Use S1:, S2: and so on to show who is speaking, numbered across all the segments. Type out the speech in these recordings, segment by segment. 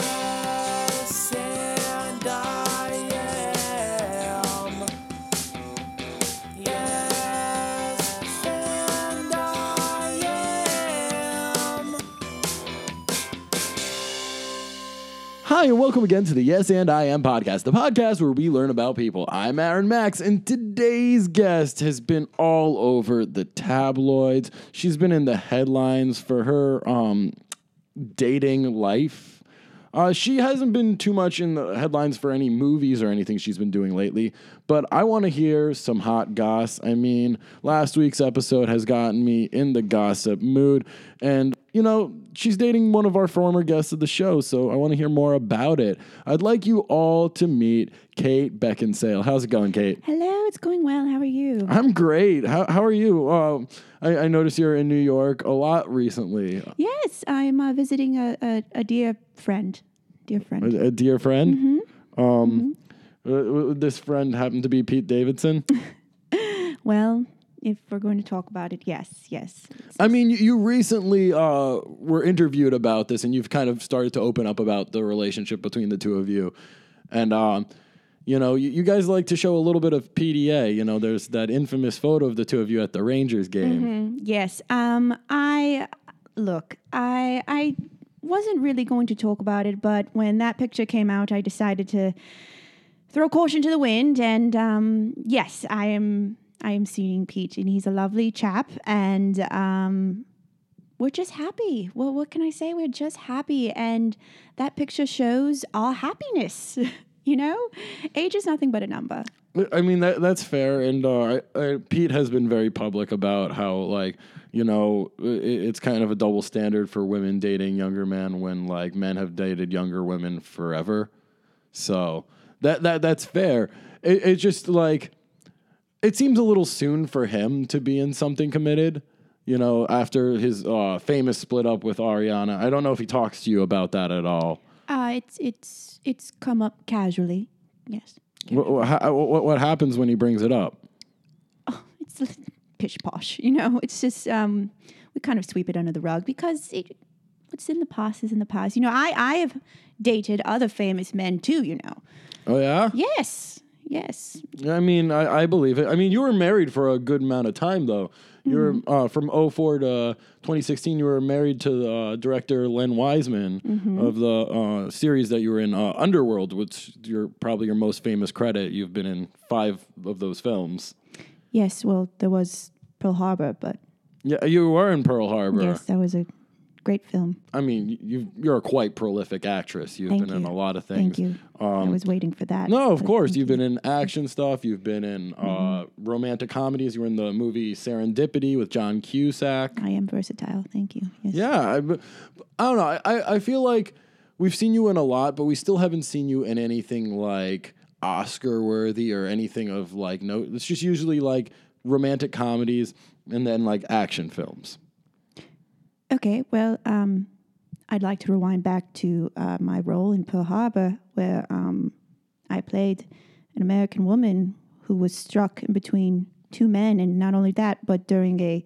S1: yes, and I am. Yes, and I am.
S2: Hi, and welcome again to the Yes and I Am podcast, the podcast where we learn about people. I'm Aaron Max, and today's guest has been all over the tabloids. She's been in the headlines for her um, dating life. Uh, she hasn't been too much in the headlines for any movies or anything she's been doing lately, but I want to hear some hot goss. I mean, last week's episode has gotten me in the gossip mood, and you know, she's dating one of our former guests of the show, so I want to hear more about it. I'd like you all to meet Kate Beckinsale. How's it going, Kate?
S3: Hello, it's going well. How are you?
S2: I'm great. How, how are you? Uh, I, I noticed you're in New York a lot recently.
S3: Yes, I'm uh, visiting a, a, a dear friend. Dear friend.
S2: a dear friend. Um, uh, w- this friend happened to be Pete Davidson.
S3: Well, if we're going to talk about it, yes, yes. It's-
S2: I mean, you, you recently uh, were interviewed about this, and you've kind of started to open up about the relationship between the two of you, and um, you know, you, you guys like to show a little bit of PDA. You know, there's that infamous photo of the two of you at the Rangers game.
S3: Yes. Um, I look. I I wasn't really going to talk about it, but when that picture came out, I decided to throw caution to the wind. And um, yes, I am. I am seeing Pete, and he's a lovely chap. And um, we're just happy. Well, what can I say? We're just happy, and that picture shows our happiness. you know, age is nothing but a number.
S2: I mean that that's fair, and uh, I, I, Pete has been very public about how like you know i it's kind of a double standard for women dating younger men when like men have dated younger women forever. So that that that's fair. It, it's just like it seems a little soon for him to be in something committed. You know, after his uh, famous split up with Ariana, I don't know if he talks to you about that at all.
S3: Uh, it's it's it's come up casually. Yes.
S2: What, what, what happens when he brings it up?
S3: it's pish posh, you know. It's just um, we kind of sweep it under the rug because it, what's in the past is in the past. You know, I I have dated other famous men too. You know.
S2: Oh yeah.
S3: Yes, yes.
S2: I mean, I, I believe it. I mean, you were married for a good amount of time, though. You were
S3: Mm-hmm.
S2: uh, from 04 to 2016. You were married to uh, director Len Wiseman
S3: Mm-hmm.
S2: of the uh, series that you were in, uh, Underworld, which you're probably your most famous credit. You've been in five of those films.
S3: Yes. Well, there was Pearl Harbor, but
S2: Yeah, you were in Pearl Harbor.
S3: yes, that was a great film.
S2: I mean, you you're a quite prolific actress. You've
S3: Thank
S2: been in
S3: you.
S2: a lot of things.
S3: Thank you. I was waiting for that.
S2: No, of
S3: but
S2: course.
S3: thank Mm-hmm.
S2: You've been in action stuff. You've been in uh, romantic comedies. You were in the movie Serendipity with John Cusack.
S3: I am versatile. Thank you. Yes.
S2: Yeah, I, but- I don't know. I- I, I feel like we've seen you in a lot, but we still haven't seen you in anything like Oscar worthy or anything of like no. It's just usually like romantic comedies and then like action films.
S3: Okay, well, um, I'd like to rewind back to uh, my role in Pearl Harbor, where um, I played an American woman who was struck in between two men, and not only that, but during a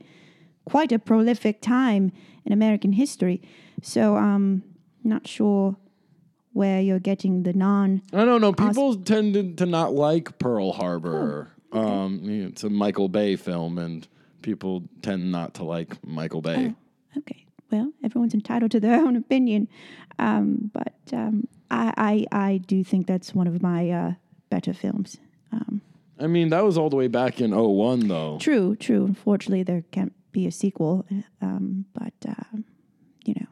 S3: quite a prolific time in American history. So, um, not sure where you're getting the non.
S2: I don't know. People tend to, to not like Pearl Harbor. Um, you know, it's a Michael Bay film, and people tend not to like Michael Bay.
S3: Okay, well, everyone's entitled to their own opinion, um, but um, I, I I do think that's one of my uh, better films.
S2: I mean, that was all the way back in 01, though.
S3: True, true. Unfortunately, there can't be a sequel. Um, but uh, you know,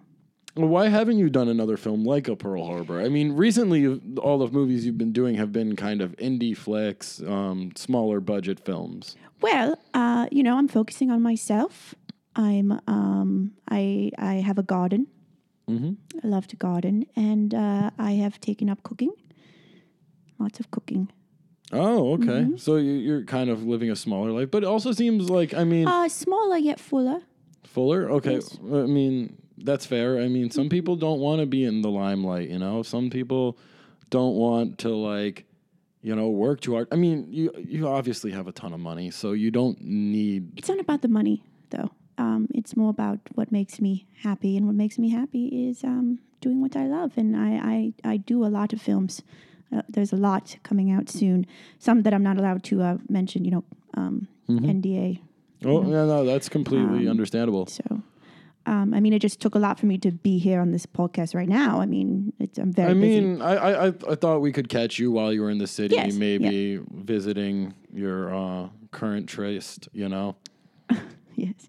S2: Well, Why haven't you done another film like a Pearl Harbor? I mean, recently you've- all the movies you've been doing have been kind of indie flicks, um, smaller budget films.
S3: well, uh, you know, I'm focusing on myself. I'm um, I I have a garden. Mm-hmm. I love to garden, and uh, I have taken up cooking. Lots of cooking.
S2: Oh, okay. So you- you're kind of living a smaller life, but it also seems like I mean,
S3: Uh, smaller yet fuller.
S2: Fuller. Okay,
S3: yes.
S2: I mean that's fair. I mean, some people don't want to be in the limelight. You know, some people don't want to like, you know, work too hard. I mean, you you obviously have a ton of money, so you don't need
S3: It's not about the money, though. um, it's more about what makes me happy, and what makes me happy is um, doing what I love. And I, I, I do a lot of films. Uh, there's a lot coming out soon. Some that I'm not allowed to uh, mention, you know, um,
S2: Mm-hmm.
S3: NDA.
S2: Oh, yeah, no, that's completely understandable.
S3: So, um, I mean, it just took a lot for me to be here on this podcast right now. I mean, it's, I'm very
S2: I
S3: busy.
S2: mean, I, I I I thought we could catch you while you were in the city,
S3: Yes,
S2: maybe visiting your uh, current tryst. You know,
S3: Yes.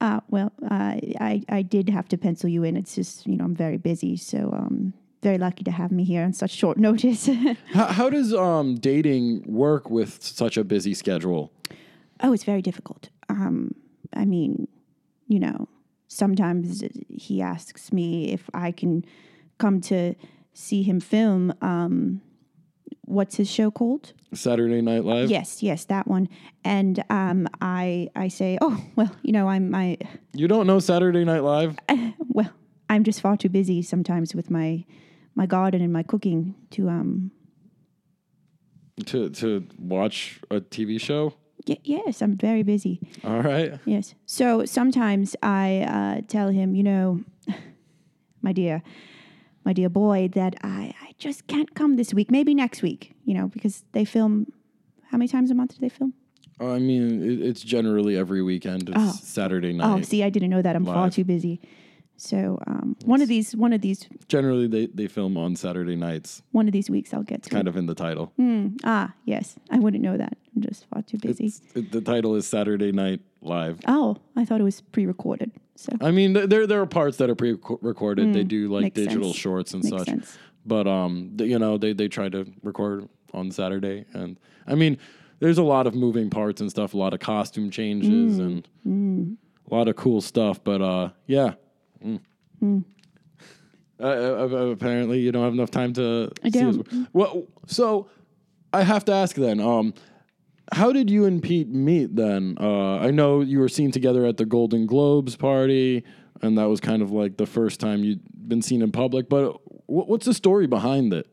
S3: Uh, well, uh, I I did have to pencil you in. It's just you know I'm very busy, so um, very lucky to have me here on such short notice.
S2: how, how does um, dating work with such a busy schedule?
S3: oh, it's very difficult. Um, I mean, you know, sometimes he asks me if I can come to see him film. Um, what's his show called?
S2: Saturday Night Live.
S3: Yes, yes, that one. And um, I I say, oh well, you know, I'm I
S2: You don't know Saturday Night Live?
S3: well, I'm just far too busy sometimes with my my garden and my cooking to um
S2: to to watch a TV show.
S3: y- yes, I'm very busy.
S2: All right.
S3: Yes. So sometimes I uh, tell him, you know, my dear, my dear boy, that I, I just can't come this week. Maybe next week, you know, because they film. How many times a month do they film?
S2: I mean, it, it's generally every weekend. It's Saturday
S3: Oh,
S2: night.
S3: see, I didn't know that. I'm far
S2: Live.
S3: too busy. So um, one of these, one of these,
S2: generally, they, they film on Saturday nights,
S3: one of these weeks, I'll get to.
S2: kind
S3: it.
S2: of in the title.
S3: Ah, yes, I wouldn't know that. I'm just far too busy.
S2: It's- it- the title is Saturday Night Live.
S3: Oh, I thought it was pre-recorded. So
S2: I mean, th- there there are parts that are pre-recorded. they do like
S3: Mm, makes
S2: digital
S3: sense.
S2: shorts and
S3: Makes
S2: such.
S3: sense.
S2: But um, th- you know, they they try to record on Saturday, and I mean, there's a lot of moving parts and stuff, a lot of costume changes
S3: Mm.
S2: and a lot of cool stuff. But uh, yeah. Mm. Uh, uh, uh, apparently, you don't have enough time to. I
S3: don't.
S2: Well, so I have to ask then. Um, how did you and Pete meet then? Uh, I know you were seen together at the Golden Globes party, and that was kind of like the first time you'd been seen in public. But wh- what's the story behind it?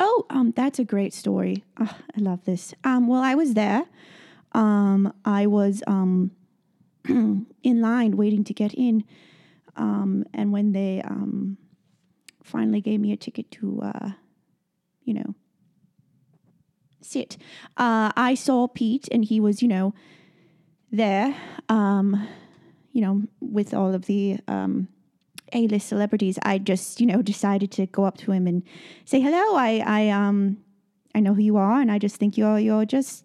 S3: Oh, um, that's a great story. Ah, I love this. Um, well, I was there. Um, I was um, in line waiting to get in, um, and when they um, finally gave me a ticket to, uh, you know, sit, uh, I saw Pete, and he was, you know, there, um, you know, with all of the um, a-list celebrities, I just, you know, decided to go up to him and say, "Hello, I, I, um, I know who you are, and I just think you're, you're just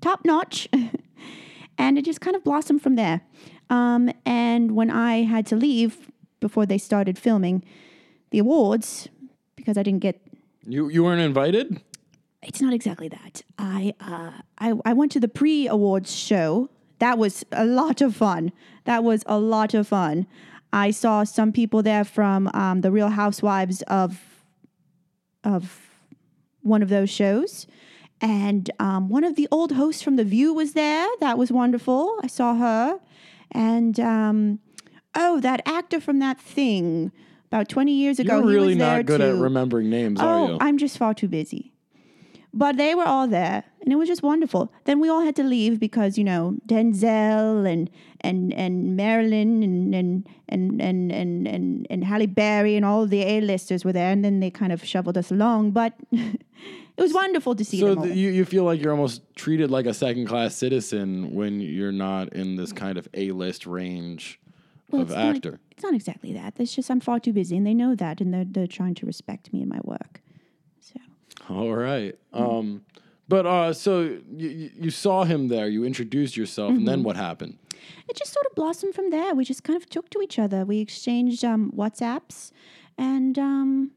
S3: top notch." and it just kind of blossomed from there. Um, and when I had to leave before they started filming the awards, because I didn't get
S2: You you weren't invited.
S3: it's not exactly that. I uh, I, I went to the pre awards show. That was a lot of fun. That was a lot of fun. I saw some people there from um, the Real Housewives of of one of those shows, and um, one of the old hosts from The View was there. That was wonderful. I saw her, and um, oh, that actor from that thing about twenty years ago.
S2: You're
S3: he
S2: really
S3: was there
S2: not good at
S3: too.
S2: remembering names, are
S3: Oh,
S2: you?
S3: I'm just far too busy. But they were all there, and it was just wonderful. Then we all had to leave because you know Denzel and and and Marilyn and and and and and and, and Halle Berry and all the A-listers were there, and then they kind of shoveled us along. But it was wonderful to see
S2: so
S3: them all.
S2: th- you you feel like you're almost treated like a second class citizen when you're not in this kind of A list range
S3: Mm. Well,
S2: of
S3: it's
S2: actor.
S3: Not, it's not exactly that. It's just I'm far too busy, and they know that, and they're they're trying to respect me and my work. So
S2: All right. Um, but uh, so you- you, you saw him there. You introduced yourself, and
S3: Mm-hmm.
S2: then what happened?
S3: it just sort of blossomed from there. We just kind of took to each other. We exchanged um, WhatsApps, and um,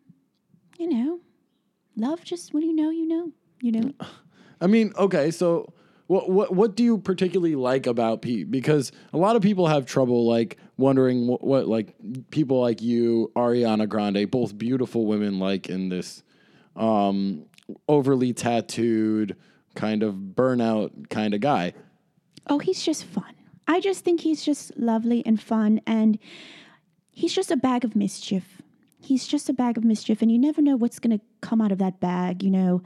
S3: you know, love just when you know, you know, you know.
S2: I mean, okay, so what what what do you particularly like about Pete? Because a lot of people have trouble like wondering what, what like people like you, Ariana Grande, both beautiful women like in this um, overly tattooed kind of burnout kind of guy.
S3: Oh, he's just fun. I just think he's just lovely and fun, and he's just a bag of mischief. He's just a bag of mischief, and you never know what's going to come out of that bag. You know,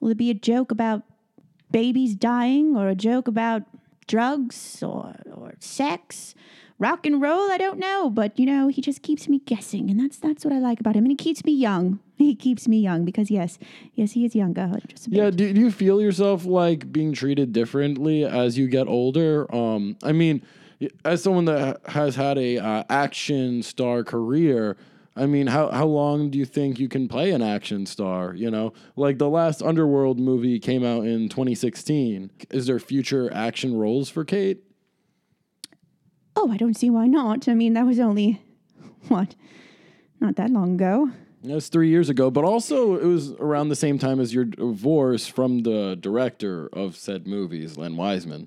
S3: will it be a joke about babies dying, or a joke about drugs, or or sex, rock and roll, I don't know, but you know, he just keeps me guessing, and that's that's what I like about him. And he keeps me young. He keeps me young because yes, yes, he is younger. Just a bit.
S2: Yeah, do, do you feel yourself like being treated differently as you get older? Um, I mean, as someone that has had a uh, action star career, I mean, how how long do you think you can play an action star? You know, like the last Underworld movie came out in 2016. Is there future action roles for Kate?
S3: Oh, I don't see why not. I mean, that was only what, not that long ago.
S2: That was three years ago, but also it was around the same time as your divorce from the director of said movies, Len Wiseman.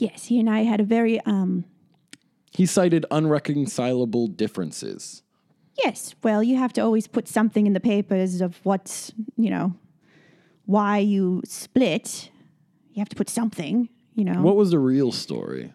S3: Yes, he and I had a very um.
S2: He cited unreconcilable differences.
S3: Yes, well, you have to always put something in the papers of what's you know, why you split. You have to put something. You know.
S2: What was the real story?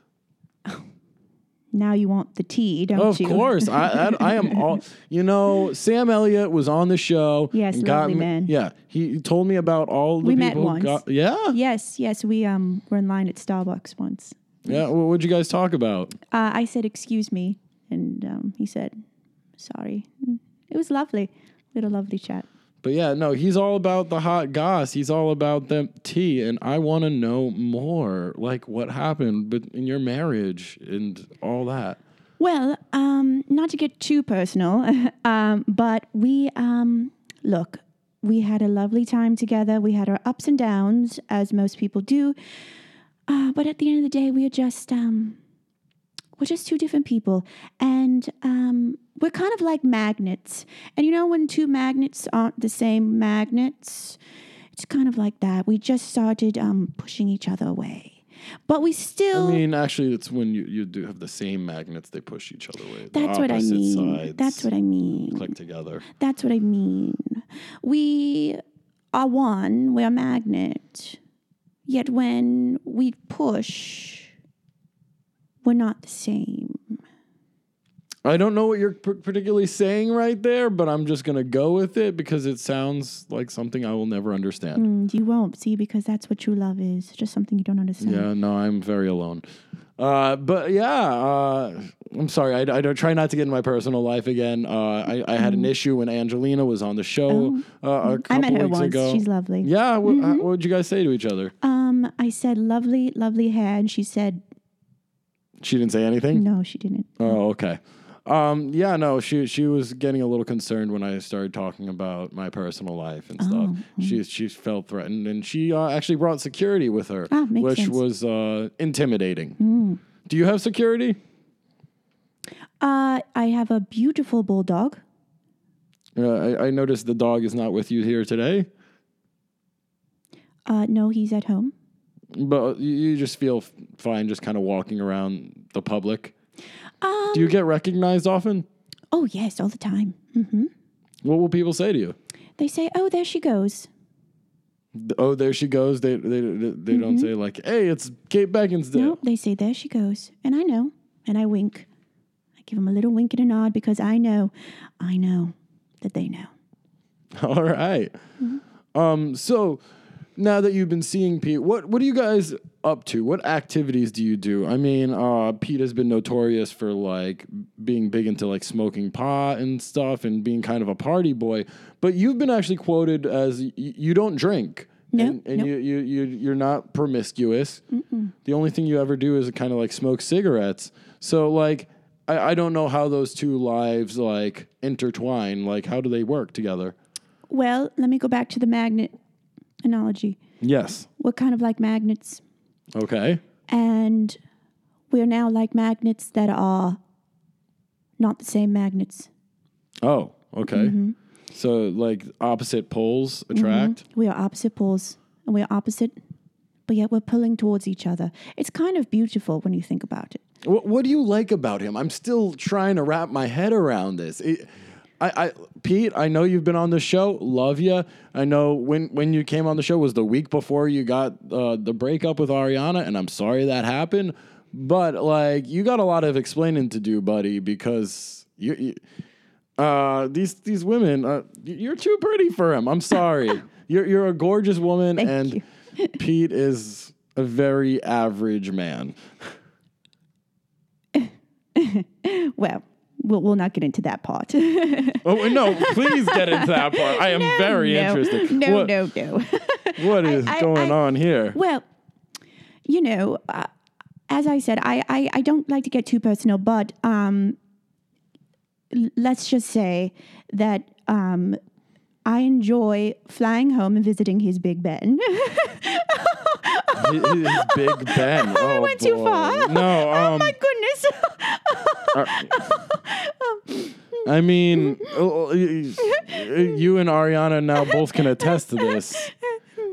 S3: now you want the tea, don't
S2: Oh, Of
S3: you?
S2: course, I, I I am all. You know, Sam Elliott was on the show.
S3: Yes,
S2: and got
S3: lovely
S2: me-
S3: man.
S2: Yeah, he told me about all the
S3: We
S2: people
S3: met
S2: who
S3: once.
S2: got. Yeah, yeah.
S3: Yes, yes, we um were in line at Starbucks once.
S2: What would you guys talk about?
S3: Uh, I said, "Excuse me," and um, he said, "Sorry." It was lovely, we had a lovely chat.
S2: But yeah, no, he's all about the hot goss. He's all about the tea, and I want to know more, like what happened, but in your marriage and all that.
S3: Well, um, not to get too personal, um, but we um, look. We had a lovely time together. We had our ups and downs, as most people do. Uh, but at the end of the day, we are just um, we're just two different people, and um, we're kind of like magnets. And you know, when two magnets aren't the same magnets, it's kind of like that. We just started um, pushing each other away, but we
S2: I
S3: still.
S2: mean, actually, it's when you, you do have the same magnets; they push each other away. The
S3: that's what I
S2: opposite
S3: mean.
S2: Sides
S3: That's what I mean.
S2: click together.
S3: That's what I mean. We are one, we're a magnet. Yet when we push, we're not the same.
S2: I don't know what you're p- particularly saying right there, but I'm just going to go with it because it sounds like something I will never understand.
S3: And Mm, you won't, see, because that's what true love is just something you don't understand.
S2: Yeah, no, I'm very alone. Uh, but yeah, uh, I'm sorry. I, I don't try not to get in my personal life again. Uh, I, I had an issue when Angelina was on the show uh, a
S3: Mm-hmm. Oh, I
S2: couple
S3: met her
S2: weeks
S3: once.
S2: ago.
S3: She's Mm-hmm. lovely.
S2: yeah, wh- uh, what did you guys say to each other?
S3: Um, I said, lovely, lovely hair. And she said,
S2: She didn't say anything.
S3: no, she didn't.
S2: Hmm. Oh, okay. Um, yeah, no, she she was getting a little concerned when I started talking about my personal life and stuff.
S3: Oh,
S2: She she felt threatened, and she uh, actually brought security with her,
S3: Ah, makes
S2: which
S3: sense. Mm.
S2: was uh, intimidating. Do you have security?
S3: Uh, I have a beautiful bulldog.
S2: Uh, I, I noticed the dog is not with you here today,
S3: Uh, no, he's at home.
S2: but you, you just feel f- fine just kind of walking around the public. Do you get recognized often?
S3: Uh, Oh, yes, all the time.
S2: What will people say to you?
S3: They say, oh, there she goes.
S2: Oh, there she goes. They they, they they
S3: Mm-hmm.
S2: don't say like, "Hey, it's Kate Beckinsale."
S3: No, Oh, they say, there she goes. And I know. And I wink. I give them a little wink and a nod because I know, I know that they know.
S2: All right. Um, so now that you've been seeing Pete, what what are you guys up to? What activities do you do? I mean, uh, Pete has been notorious for like being big into like smoking pot and stuff and being kind of a party boy. But you've been actually quoted as y- you don't drink.
S3: No,
S2: and, and
S3: no.
S2: you you you you're not promiscuous. The only thing you ever do is kind of like smoke cigarettes. So like, I, I don't know how those two lives like intertwine. Like, how do they work together?
S3: Well, let me go back to the magnet analogy.
S2: Yes.
S3: We're kind of like magnets.
S2: Okay.
S3: And we're now like magnets that are not the same magnets.
S2: Oh, okay. So like opposite poles attract.
S3: We are opposite poles and we are opposite, but yet we're pulling towards each other. It's kind of beautiful when you think about it.
S2: What, what do you like about him? I'm still trying to wrap my head around this. It- I, I, Pete, I know you've been on the show. Love you. I know when when you came on the show was the week before you got uh, the breakup with Ariana, and I'm sorry that happened. But like, you got a lot of explaining to do, buddy, because you. you uh, these these women, uh, y- you're too pretty for him. I'm sorry. you're you're a gorgeous woman,
S3: Thank
S2: and Pete is a very average man.
S3: well, we'll, we'll not get into that part.
S2: Oh no! Please get into that part. I am very
S3: no,
S2: interested.
S3: No,
S2: what,
S3: no, no.
S2: What
S3: I-
S2: is
S3: I-
S2: going
S3: I-
S2: on here?
S3: Well, you know, uh, as I said, I, I, I don't like to get too personal, but um, l- let's just say that um, I enjoy flying home and visiting his Big Ben.
S2: His- his Big Ben. Oh,
S3: I went too
S2: boy.
S3: far.
S2: No.
S3: oh
S2: Um,
S3: my goodness.
S2: I mean, uh, you and Ariana now both can attest to this.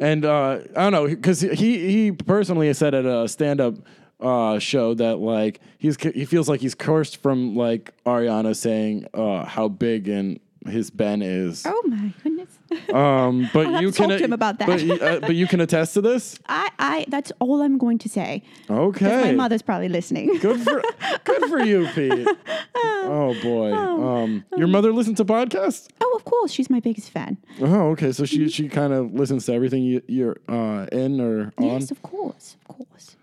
S2: And uh, I don't know because he he personally said at a stand up. Uh, show that like he's he feels like he's cursed from like Ariana saying uh, how big and his Ben is.
S3: oh my goodness.
S2: Um, but
S3: have
S2: you
S3: to
S2: can
S3: talk to him about that.
S2: But, you- uh, but you can attest to this.
S3: I, I that's all I'm going to say. 'Cause
S2: Okay.
S3: My mother's probably listening.
S2: Good for good for you, Pete. Oh boy. Um, your mother listens to podcasts.
S3: Oh, of course, she's my biggest fan.
S2: Oh, okay. So she she kind of listens to everything you, you're uh, in or on.
S3: Yes, of course, of course.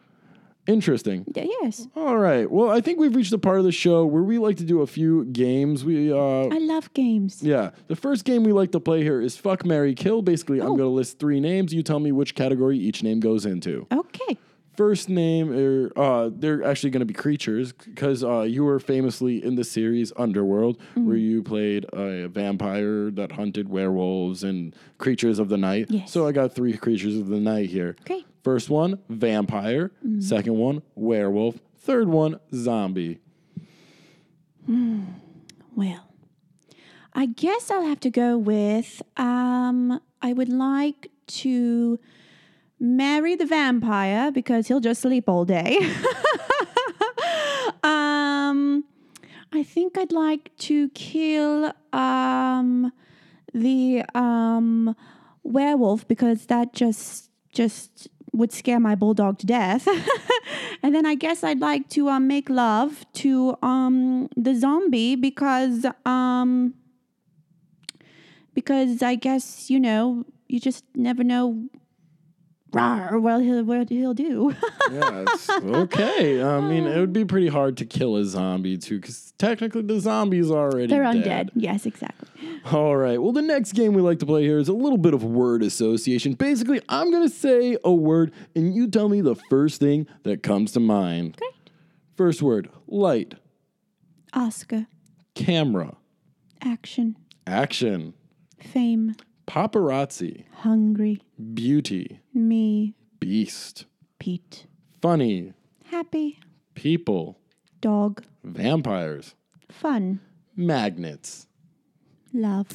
S2: Interesting.
S3: Y- Yes,
S2: All right. Well, I think we've reached the part of the show where we like to do a few games. We uh,
S3: I love games.
S2: Yeah. The first game we like to play here is Fuck Mary Kill. Basically, I'm
S3: Oh.
S2: going to list three names. You tell me which category each name goes into.
S3: Okay.
S2: First name, or uh, they're actually going to be creatures because uh, you were famously in the series Underworld,
S3: Mm-hmm.
S2: where you played a vampire that hunted werewolves and creatures of the night.
S3: Yes.
S2: So I got three creatures of the night here.
S3: Great. Mm-hmm.
S2: First one, vampire. Second one, werewolf. Third one, zombie.
S3: Well, I guess I'll have to go with um, I would like to marry the vampire because he'll just sleep all day. um, I think I'd like to kill um, the um, werewolf because that just just would scare my bulldog to death. and then I guess I'd like to um, make love to um, the zombie because um, because I guess you know you just never know. Rawr, well, he'll what he'll do.
S2: Yes. okay. I mean, it would be pretty hard to kill a zombie too, because technically the zombies are already
S3: They're
S2: dead.
S3: undead. Yes, exactly.
S2: All right. Well, the next game we like to play here is a little bit of word association. Basically, I'm going to say a word and you tell me the first thing that comes to mind.
S3: Great.
S2: First word light,
S3: Oscar,
S2: camera,
S3: action,
S2: action,
S3: fame,
S2: paparazzi,
S3: hungry,
S2: beauty,
S3: me,
S2: beast,
S3: Pete,
S2: funny,
S3: happy,
S2: people,
S3: dog,
S2: vampires,
S3: fun,
S2: magnets.
S3: love.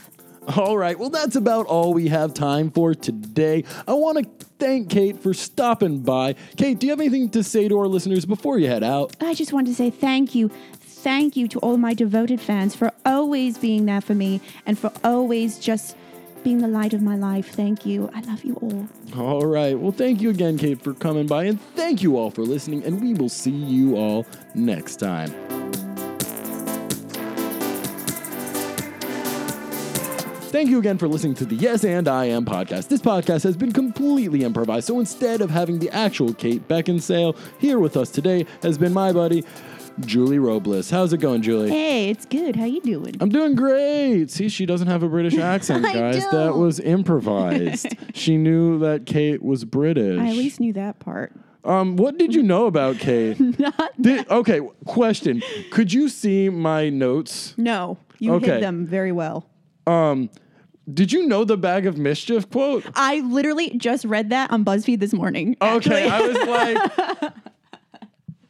S2: All right, well, that's about all we have time for today. I want to thank Kate for stopping by. Kate, do you have anything to say to our listeners before you head out?
S3: I just want to say thank you. Thank you to all my devoted fans for always being there for me and for always just being the light of my life. Thank you. I love you all.
S2: All right. Well, thank you again, Kate, for coming by, and thank you all for listening, and we will see you all next time. Thank you again for listening to the Yes and I Am podcast. This podcast has been completely improvised, so instead of having the actual Kate Beckinsale here with us today, has been my buddy, Julie Robles. How's it going, Julie?
S3: Hey, it's good. How you doing?
S2: I'm doing great. See, she doesn't have a British accent,
S3: I
S2: guys. That
S3: don't.
S2: was improvised. she knew that Kate was British.
S3: I at least knew that part.
S2: Um, what did you know about Kate? Did- okay, question. Could you see my notes?
S3: No, you
S2: Okay.
S3: hid them very well.
S2: Did you know the bag of mischief quote?
S3: I literally just read that on BuzzFeed this morning.
S2: Okay,
S3: actually.
S2: I was like,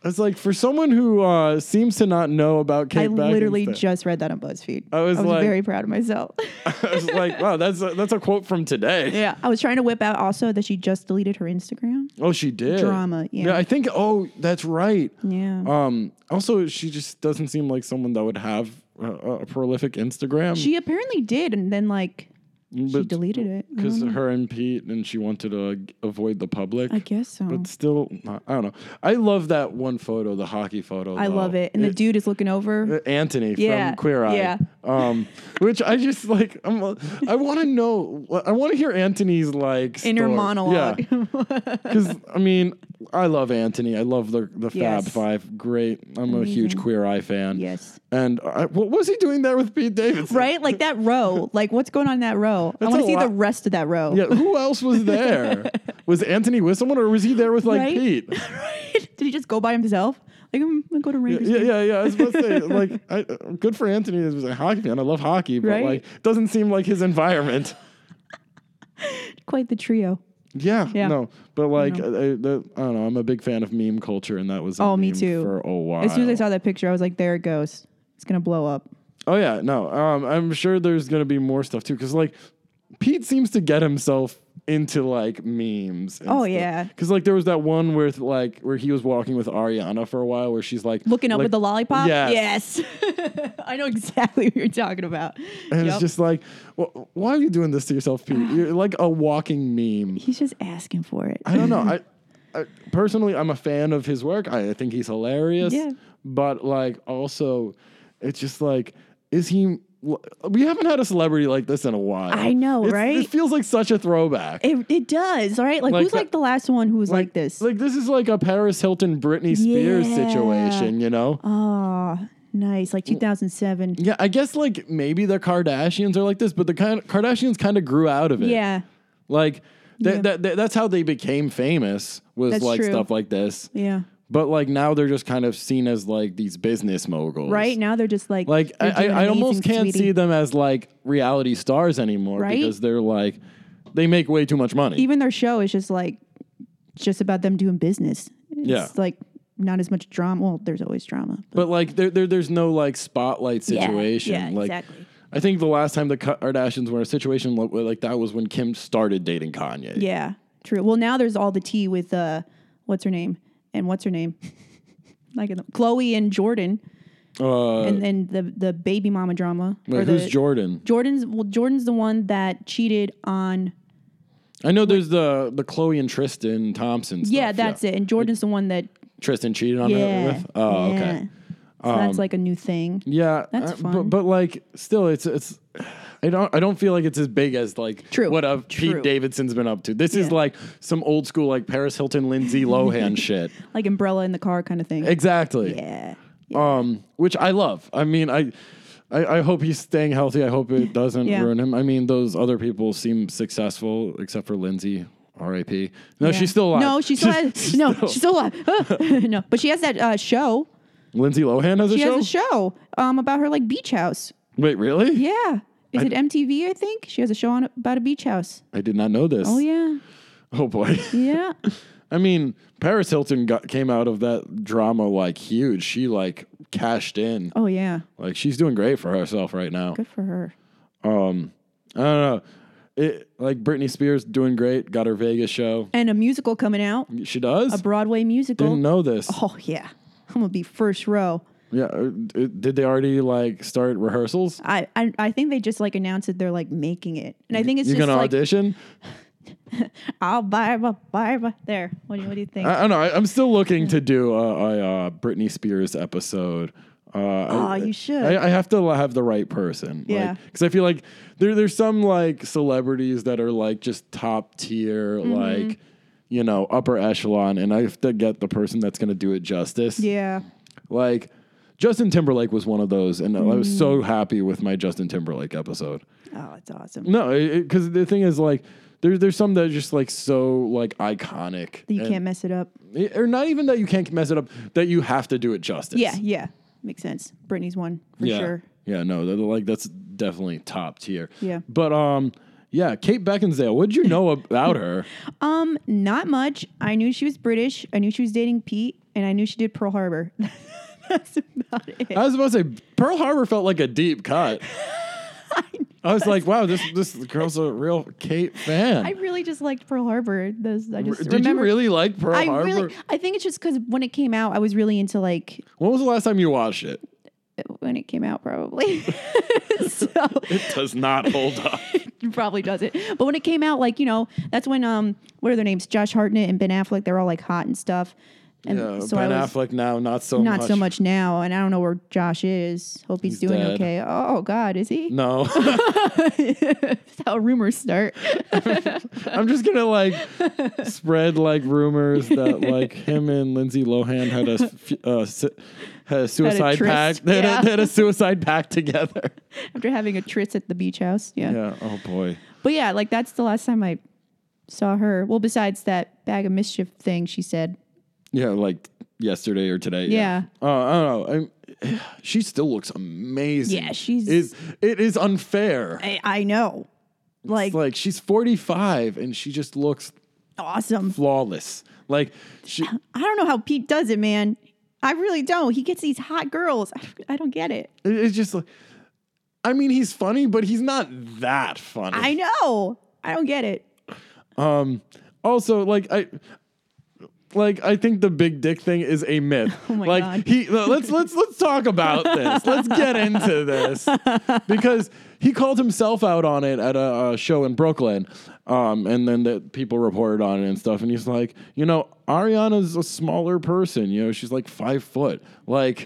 S2: I was like, for someone who uh, seems to not know about Kate,
S3: I literally
S2: Beckinsale-
S3: just read that on BuzzFeed.
S2: I was like-
S3: very proud of myself.
S2: I was like, wow, that's a, that's a quote from today.
S3: yeah, I was trying to whip out also that she just deleted her Instagram.
S2: Oh, she did
S3: Drama, yeah.
S2: I think. Oh, that's right.
S3: Yeah.
S2: Um. Also, she just doesn't seem like someone that would have a, a prolific Instagram.
S3: She apparently did, and then like she
S2: But-
S3: deleted it. I
S2: because
S3: don't know.
S2: her and Pete, and she wanted to like, avoid the public.
S3: I guess so.
S2: But still, not, I don't know. I love that one photo, the hockey photo.
S3: I love it, and the dude is looking over.
S2: the Anthony
S3: Yeah,
S2: from Queer Eye.
S3: yeah.
S2: Um, which I just like. I'm, I want to know. I want to hear Anthony's like
S3: Inner
S2: story.
S3: monologue.
S2: Yeah, because I mean, I love Anthony. I love the the Fab
S3: Yes.
S2: Five. Great. I'm a huge
S3: Amazing.
S2: Queer Eye fan.
S3: Yes.
S2: And I, what was he doing there with Pete Davidson?
S3: right? Like that row. Like what's going on in that row? I
S2: That's
S3: want
S2: a
S3: to see the
S2: lot.
S3: rest of that row.
S2: Yeah. Who else was there? was Anthony with someone, or was he there with like
S3: Right?
S2: Pete?
S3: Did he just go by himself? Like I'm gonna go to Rangers.
S2: Yeah,
S3: game.
S2: yeah, yeah. I was about to say, like, I, uh, good for Anthony. He was a hockey fan. I love hockey, but
S3: Right?
S2: like, doesn't seem like his environment.
S3: Quite the trio.
S2: Yeah,
S3: Yeah.
S2: no, but like, I, I, the, I don't know. I'm a big fan of meme culture, and that was a
S3: Oh, me
S2: meme
S3: too.
S2: for a while.
S3: As soon as I saw that picture, I was like, there it goes. It's gonna blow up.
S2: oh yeah, no. Um, I'm sure there's gonna be more stuff too, because like, Pete seems to get himself into like memes. and
S3: Oh,
S2: stuff.
S3: yeah.
S2: because like there was that one with like where he was walking with Ariana for a while, where she's like
S3: Looking up
S2: like-
S3: with the lollipop?
S2: Yes.
S3: Yes. I know exactly what you're talking about.
S2: And
S3: Yep.
S2: it's just like, well, why are you doing this to yourself, Pete? You're like a walking meme.
S3: He's just asking for it.
S2: I don't know. I, I personally, I'm a fan of his work. I, I think he's hilarious.
S3: Yeah.
S2: But like, also, it's just like, is he? We haven't had a celebrity like this in a while.
S3: I know,
S2: It's- It
S3: right?
S2: feels like such a throwback.
S3: It, it does, right? Like,
S2: Like
S3: who's
S2: that-
S3: like the last one who was like, this?
S2: Like this is like a Paris Hilton, Britney Spears
S3: Yeah.
S2: situation. You know.
S3: oh, nice. Like 2007.
S2: yeah, I guess like maybe the Kardashians are like this, but the kind Kardashians kind of grew out of it.
S3: Yeah.
S2: Like th-
S3: Yeah.
S2: that, that, that's how they became famous was
S3: That's
S2: like
S3: true.
S2: stuff like this.
S3: Yeah.
S2: But like now they're just kind of seen as like these business moguls.
S3: Right now they're just like
S2: Like
S3: you're
S2: I,
S3: doing
S2: I, I almost
S3: amazing,
S2: can't
S3: sweetie.
S2: see them as like reality stars anymore
S3: Right?
S2: because they're like they make way too much money.
S3: even their show is just like just about them doing business. It's
S2: Yeah.
S3: like not as much drama. Well, there's always drama.
S2: but like there, there there's no like spotlight
S3: Yeah,
S2: situation.
S3: yeah,
S2: like
S3: exactly.
S2: I think the last time the Kardashians were in a situation like, like that was when Kim started dating Kanye.
S3: Yeah, true. Well, now there's all the tea with uh, what's her name and what's her name, like Chloe and Jordan,
S2: Uh,
S3: and then the the baby mama drama.
S2: wait,
S3: or the-
S2: who's Jordan?
S3: Jordan's well, Jordan's the one that cheated on.
S2: I know there's the the Chloe and Tristan Thompson.
S3: Yeah,
S2: stuff,
S3: that's it. And Jordan's the one that.
S2: Tristan cheated on her
S3: Yeah.
S2: with. Oh,
S3: yeah.
S2: okay. Um,
S3: So that's like a new thing.
S2: Yeah,
S3: That's
S2: uh, But,
S3: fun.
S2: but like, still, it's it's. I don't. I don't feel like it's as big as like
S3: True,
S2: what a Pete
S3: true.
S2: Davidson's been up to. This is
S3: Yeah.
S2: like some old school like Paris Hilton, Lindsay Lohan shit.
S3: Like umbrella in the car kind of thing.
S2: Exactly.
S3: yeah.
S2: Um, which I love. I mean, I, I, I hope he's staying healthy. I hope it doesn't
S3: Yeah.
S2: ruin him. I mean, those other people seem successful except for Lindsay. R.I.P. No, she's still alive.
S3: No, she's still alive. no, she's still alive. no, but she has that uh, show.
S2: Lindsay Lohan has a
S3: She
S2: show.
S3: has a show um, about her like beach house.
S2: Wait, really?
S3: Yeah. Is it MTV? I think she has a show on about a beach house.
S2: I did not know this.
S3: Oh yeah,
S2: Oh boy.
S3: yeah,
S2: I mean, Paris Hilton got, came out of that drama like huge. She like cashed in.
S3: oh yeah.
S2: Like she's doing great for herself right now.
S3: Good for her.
S2: I don't know. It, like Britney Spears doing great. Got her Vegas show.
S3: And a musical coming out,
S2: She does.
S3: a Broadway musical.
S2: Didn't know this.
S3: Oh yeah, I'm gonna be first row.
S2: Yeah. uh, d- Did they already like start rehearsals?
S3: I I, I think they just like announced that they're like making it, and I think it's
S2: You're
S3: just
S2: gonna
S3: like
S2: audition?
S3: I'll buy a buy a there. What do you what do you think?
S2: I, I don't know. I, I'm still looking to do a, a, uh Britney Spears episode. Uh, oh,
S3: Aw, you should.
S2: I, I have to have the right person.
S3: Yeah.
S2: Because I feel like there, there's some like celebrities that are like just top tier,
S3: Mm-hmm.
S2: like, you know, upper echelon. And I have to get the person that's going to do it justice.
S3: yeah.
S2: Like, Justin Timberlake was one of those. And I was so
S3: Mm.
S2: happy with my Justin Timberlake episode.
S3: Oh, that's awesome.
S2: No, because the thing is, like, there, there's some that are just like so like iconic.
S3: You
S2: and-
S3: can't mess it up.
S2: or not even that you can't mess it up, that you have to do it justice.
S3: Yeah, yeah. Makes sense. Brittany's one for
S2: yeah,
S3: sure.
S2: yeah. No, that, like that's definitely top tier.
S3: Yeah.
S2: but um, yeah, Kate Beckinsale. What did you know about her?
S3: Um, not much. I knew she was British. I knew she was dating Pete, and I knew she did Pearl Harbor. That's about it.
S2: I was about to say Pearl Harbor felt like a deep cut. I was like, wow, this this girl's a real Kate fan.
S3: I really just liked Pearl Harbor. Those I just
S2: did
S3: remember.
S2: you really like Pearl
S3: I
S2: Harbor?
S3: really. I think it's just because when it came out, I was really into like
S2: when was the last time you watched it?
S3: when it came out, probably. so
S2: Does not hold up.
S3: probably does it. But when it came out, like you know, that's when um, what are their names? Josh Hartnett and Ben Affleck. They're all like hot and stuff. And
S2: Yeah,
S3: so
S2: ben
S3: I was
S2: Affleck now, not so
S3: not
S2: much.
S3: so much now, and I don't know where Josh is. Hope he's,
S2: He's
S3: doing
S2: dead.
S3: okay. Oh God, is he?
S2: No,
S3: That's how rumors start.
S2: I'm just gonna like spread like rumors that like him and Lindsay Lohan had a f- uh, si- had a suicide pact.
S3: tryst,
S2: They had,
S3: yeah.
S2: a, they had a suicide pact together.
S3: After having a tritz at the beach house.
S2: Yeah. Oh boy.
S3: But yeah, like that's the last time I saw her. Well, besides that bag of mischief thing she said.
S2: Yeah, like yesterday or today. Uh, I don't know. I'm, she still looks amazing.
S3: Yeah, she's-
S2: Is it is unfair.
S3: I, I know. Like,
S2: It's like she's 45 and she just looks
S3: awesome.
S2: flawless. Like she
S3: I don't know how Pete does it, man. I really don't. He gets these hot girls. I don't get it.
S2: It- It's just like, I mean, he's funny, but he's not that funny.
S3: I know. I don't get it.
S2: also, like I. Like I think the big dick thing is a myth.
S3: Oh my
S2: like
S3: God.
S2: he let's let's let's talk about this. let's get into this because he called himself out on it at a, a show in Brooklyn, um, and then the people reported on it and stuff. And he's like, you know, Ariana's a smaller person. You know, she's like five foot. Like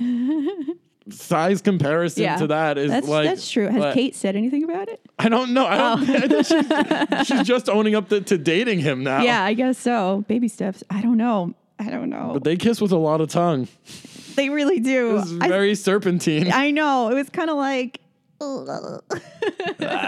S2: size comparison to that is
S3: that's,
S2: like
S3: that's true. Has
S2: like-
S3: Kate Oh. said anything about it?
S2: I don't know. I don't, I think she's, she's just owning up to, to dating him now.
S3: Yeah, I guess so. Baby steps. I don't know. I don't know.
S2: But they kiss with a lot of tongue.
S3: they really do.
S2: It's
S3: I-
S2: very serpentine.
S3: I know. It was kind of like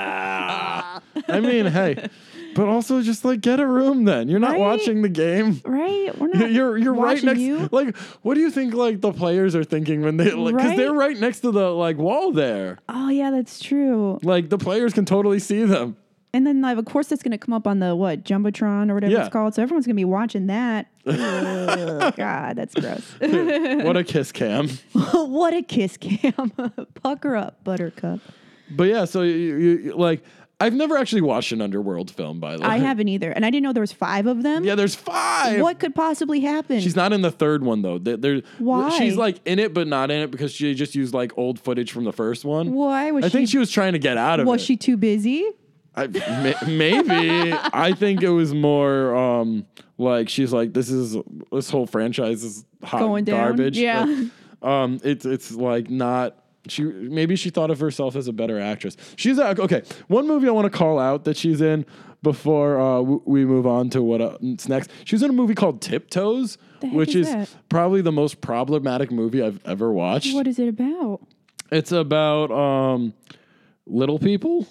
S2: I mean, hey, but also just like get a room then. You're not
S3: Right?
S2: watching the game.
S3: right. We're not.
S2: You're you're right
S3: watching
S2: next.
S3: You.
S2: Like, what do you think? Like the players are thinking when they because
S3: Right?
S2: they're right next to the like wall there.
S3: Oh yeah, that's true.
S2: Like the players can totally see them.
S3: And then like, of course, that's gonna come up on the what jumbotron or whatever
S2: Yeah.
S3: it's called. So everyone's gonna be watching that. Ugh, God, that's gross.
S2: what a kiss cam.
S3: what a kiss cam. Pucker up, Buttercup.
S2: But yeah, so you, you, you- like I've never actually watched an underworld film by the way.
S3: I haven't either, and I didn't know there was five of them.
S2: Yeah, there's five.
S3: What could possibly happen?
S2: She's not in the third one though. There, there-
S3: Why?
S2: She's like in it, but not in it because she just used like old footage from the first one.
S3: Why was
S2: I
S3: she?
S2: think she was trying to get out of
S3: was
S2: it.
S3: she too busy?
S2: I, ma- maybe I think it was more um like she's like this is this whole franchise is hot
S3: Going down?
S2: garbage.
S3: Yeah.
S2: Like, um, it's it's like not. She maybe she thought of herself as a better actress. She's a, okay. One movie I want to call out that she's in before uh, w- we move on to what uh, it's next. She's in a movie called Tiptoes,
S3: The heck
S2: which
S3: is
S2: is,
S3: that?
S2: probably the most problematic movie I've ever watched.
S3: What is it about?
S2: It's about um, little people.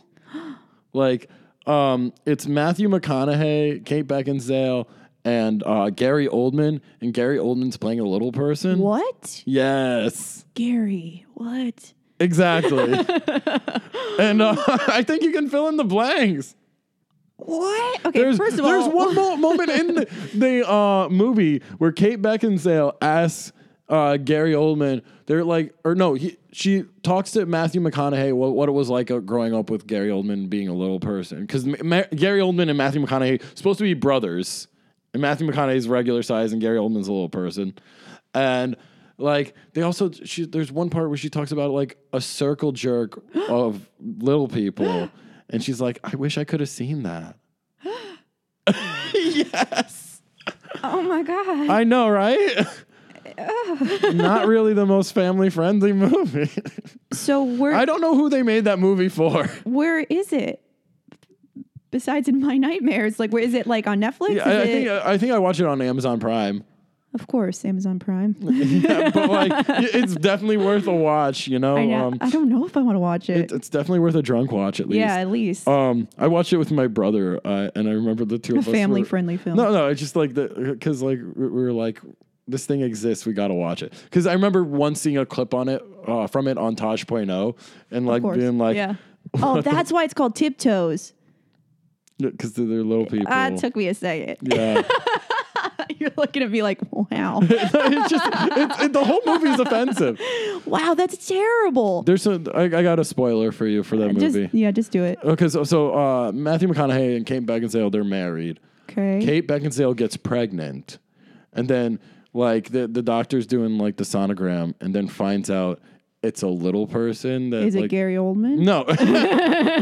S2: like um, it's Matthew McConaughey, Kate Beckinsale, and uh, Gary Oldman. And Gary Oldman's playing a little person.
S3: What,
S2: Yes,
S3: Gary? What?
S2: exactly. and uh, I think you can fill in the blanks.
S3: What? Okay,
S2: There's,
S3: first of
S2: there's
S3: all,
S2: one mo- moment in the, the uh, movie where Kate Beckinsale asks uh, Gary Oldman, they're like, or no, he, she talks to Matthew McConaughey what, what it was like uh, growing up with Gary Oldman being a little person. Because Gary Oldman and Matthew McConaughey supposed to be brothers. And Matthew McConaughey's regular size and Gary Oldman's a little person. And like they also she there's one part where she talks about like a circle jerk of little people. And she's like, I wish I could have seen that. yes.
S3: oh my god,
S2: I know, right? Not really the most family friendly movie.
S3: so we're
S2: I don't know who they made that movie for.
S3: where is it besides in my nightmares like where is it like on netflix
S2: Yeah, I, I
S3: Is
S2: think uh,
S3: it-
S2: I think I watched it on Amazon Prime.
S3: of course amazon prime
S2: Yeah, but like y- it's definitely worth a watch, you know. Um,
S3: I, know, I don't know if i want to watch
S2: it-
S3: it,
S2: it's definitely worth a drunk watch at least.
S3: yeah at least
S2: Um, I watched it with my brother, uh, and I remember the two of us.
S3: family
S2: were-
S3: friendly film.
S2: No, no, it's just like the because like we we were like this thing exists, we gotta watch it. Because I remember once seeing a clip on it uh, from it on Tosh.0 and like
S3: course,
S2: being like,
S3: yeah oh that's why it's called tiptoes
S2: because they're little people.
S3: that took me a second
S2: yeah,
S3: you're looking at me like wow
S2: it's just it's, it, the whole movie is offensive.
S3: wow that's terrible
S2: There's some. I, I got a spoiler for you for that
S3: just
S2: movie.
S3: yeah just do it
S2: Okay, so so uh, Matthew McConaughey and Kate Beckinsale they're married.
S3: okay
S2: Kate Beckinsale gets pregnant, and then like the the doctor's doing like the sonogram, and then finds out it's a little person that
S3: Is it
S2: like,
S3: Gary Oldman?
S2: No.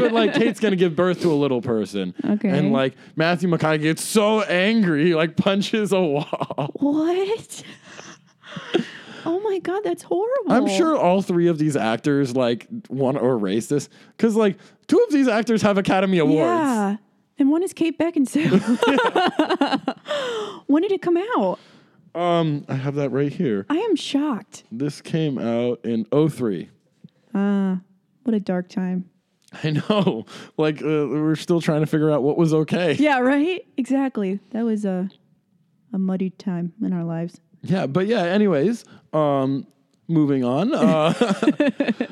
S2: but like Kate's gonna give birth to a little person.
S3: Okay.
S2: And like Matthew McConaughey gets so angry, he like punches a wall.
S3: What? oh my god, that's horrible.
S2: I'm sure all three of these actors like want to erase this. Cause like two of these actors have Academy Awards.
S3: Yeah. And one is Kate Beckinsale. when did it come out?
S2: Um, I have that right here.
S3: I am shocked.
S2: This came out in 03.
S3: What a dark time.
S2: I know. Like uh, we're still trying to figure out what was okay.
S3: Yeah, right? Exactly. That was a a muddy time in our lives.
S2: Yeah, but yeah, anyways, um moving on. Uh,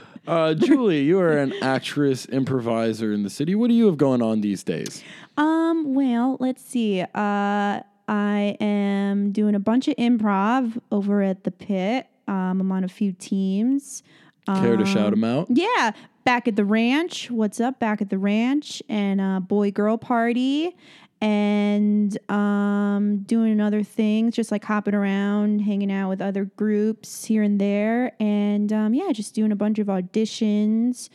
S2: uh Julie, you are an actress improviser in the city. What do you have going on these days?
S3: Um, well, let's see. Uh I am doing a bunch of improv over at the pit. Um, I'm on a few teams.
S2: Care to shout them out?
S3: Um, Yeah, back at the ranch. What's up? Back at the ranch and uh, boy girl party and um, doing other things, just like hopping around, hanging out with other groups here and there, and um, yeah, just doing a bunch of auditions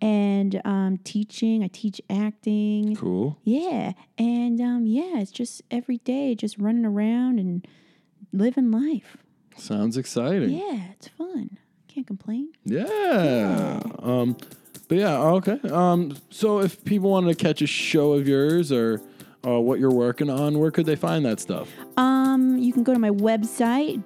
S3: and um, teaching. I teach acting.
S2: Cool.
S3: Yeah, and um, yeah, it's just every day, just running around and living life.
S2: Sounds exciting.
S3: Yeah, it's fun. Can't complain.
S2: Yeah. Um, but yeah, okay. Um, so if people wanted to catch a show of yours or uh, what you're working on, where could they find that stuff?
S3: Um, you can go to my website,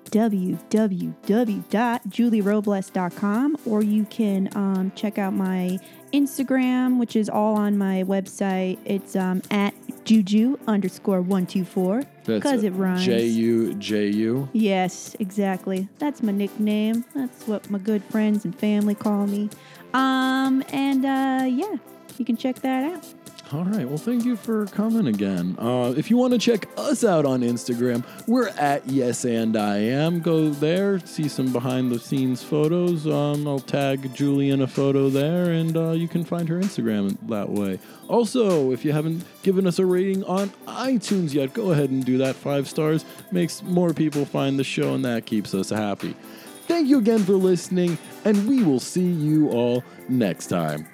S3: www.julierobles.com, or you can um, check out my Instagram, which is all on my website. It's um, at juju underscore 124 because it rhymes.
S2: J U J U.
S3: Yes, exactly. That's my nickname. That's what my good friends and family call me. Um, and uh, yeah, you can check that out.
S2: All right. Well, thank you for coming again. Uh, if you want to check us out on Instagram, we're at Yes and I Am. Go there, see some behind the scenes photos. Um, I'll tag Julie in a photo there, and uh, you can find her Instagram that way. Also, if you haven't given us a rating on iTunes yet, go ahead and do that. Five stars makes more people find the show, and that keeps us happy. Thank you again for listening, and we will see you all next time.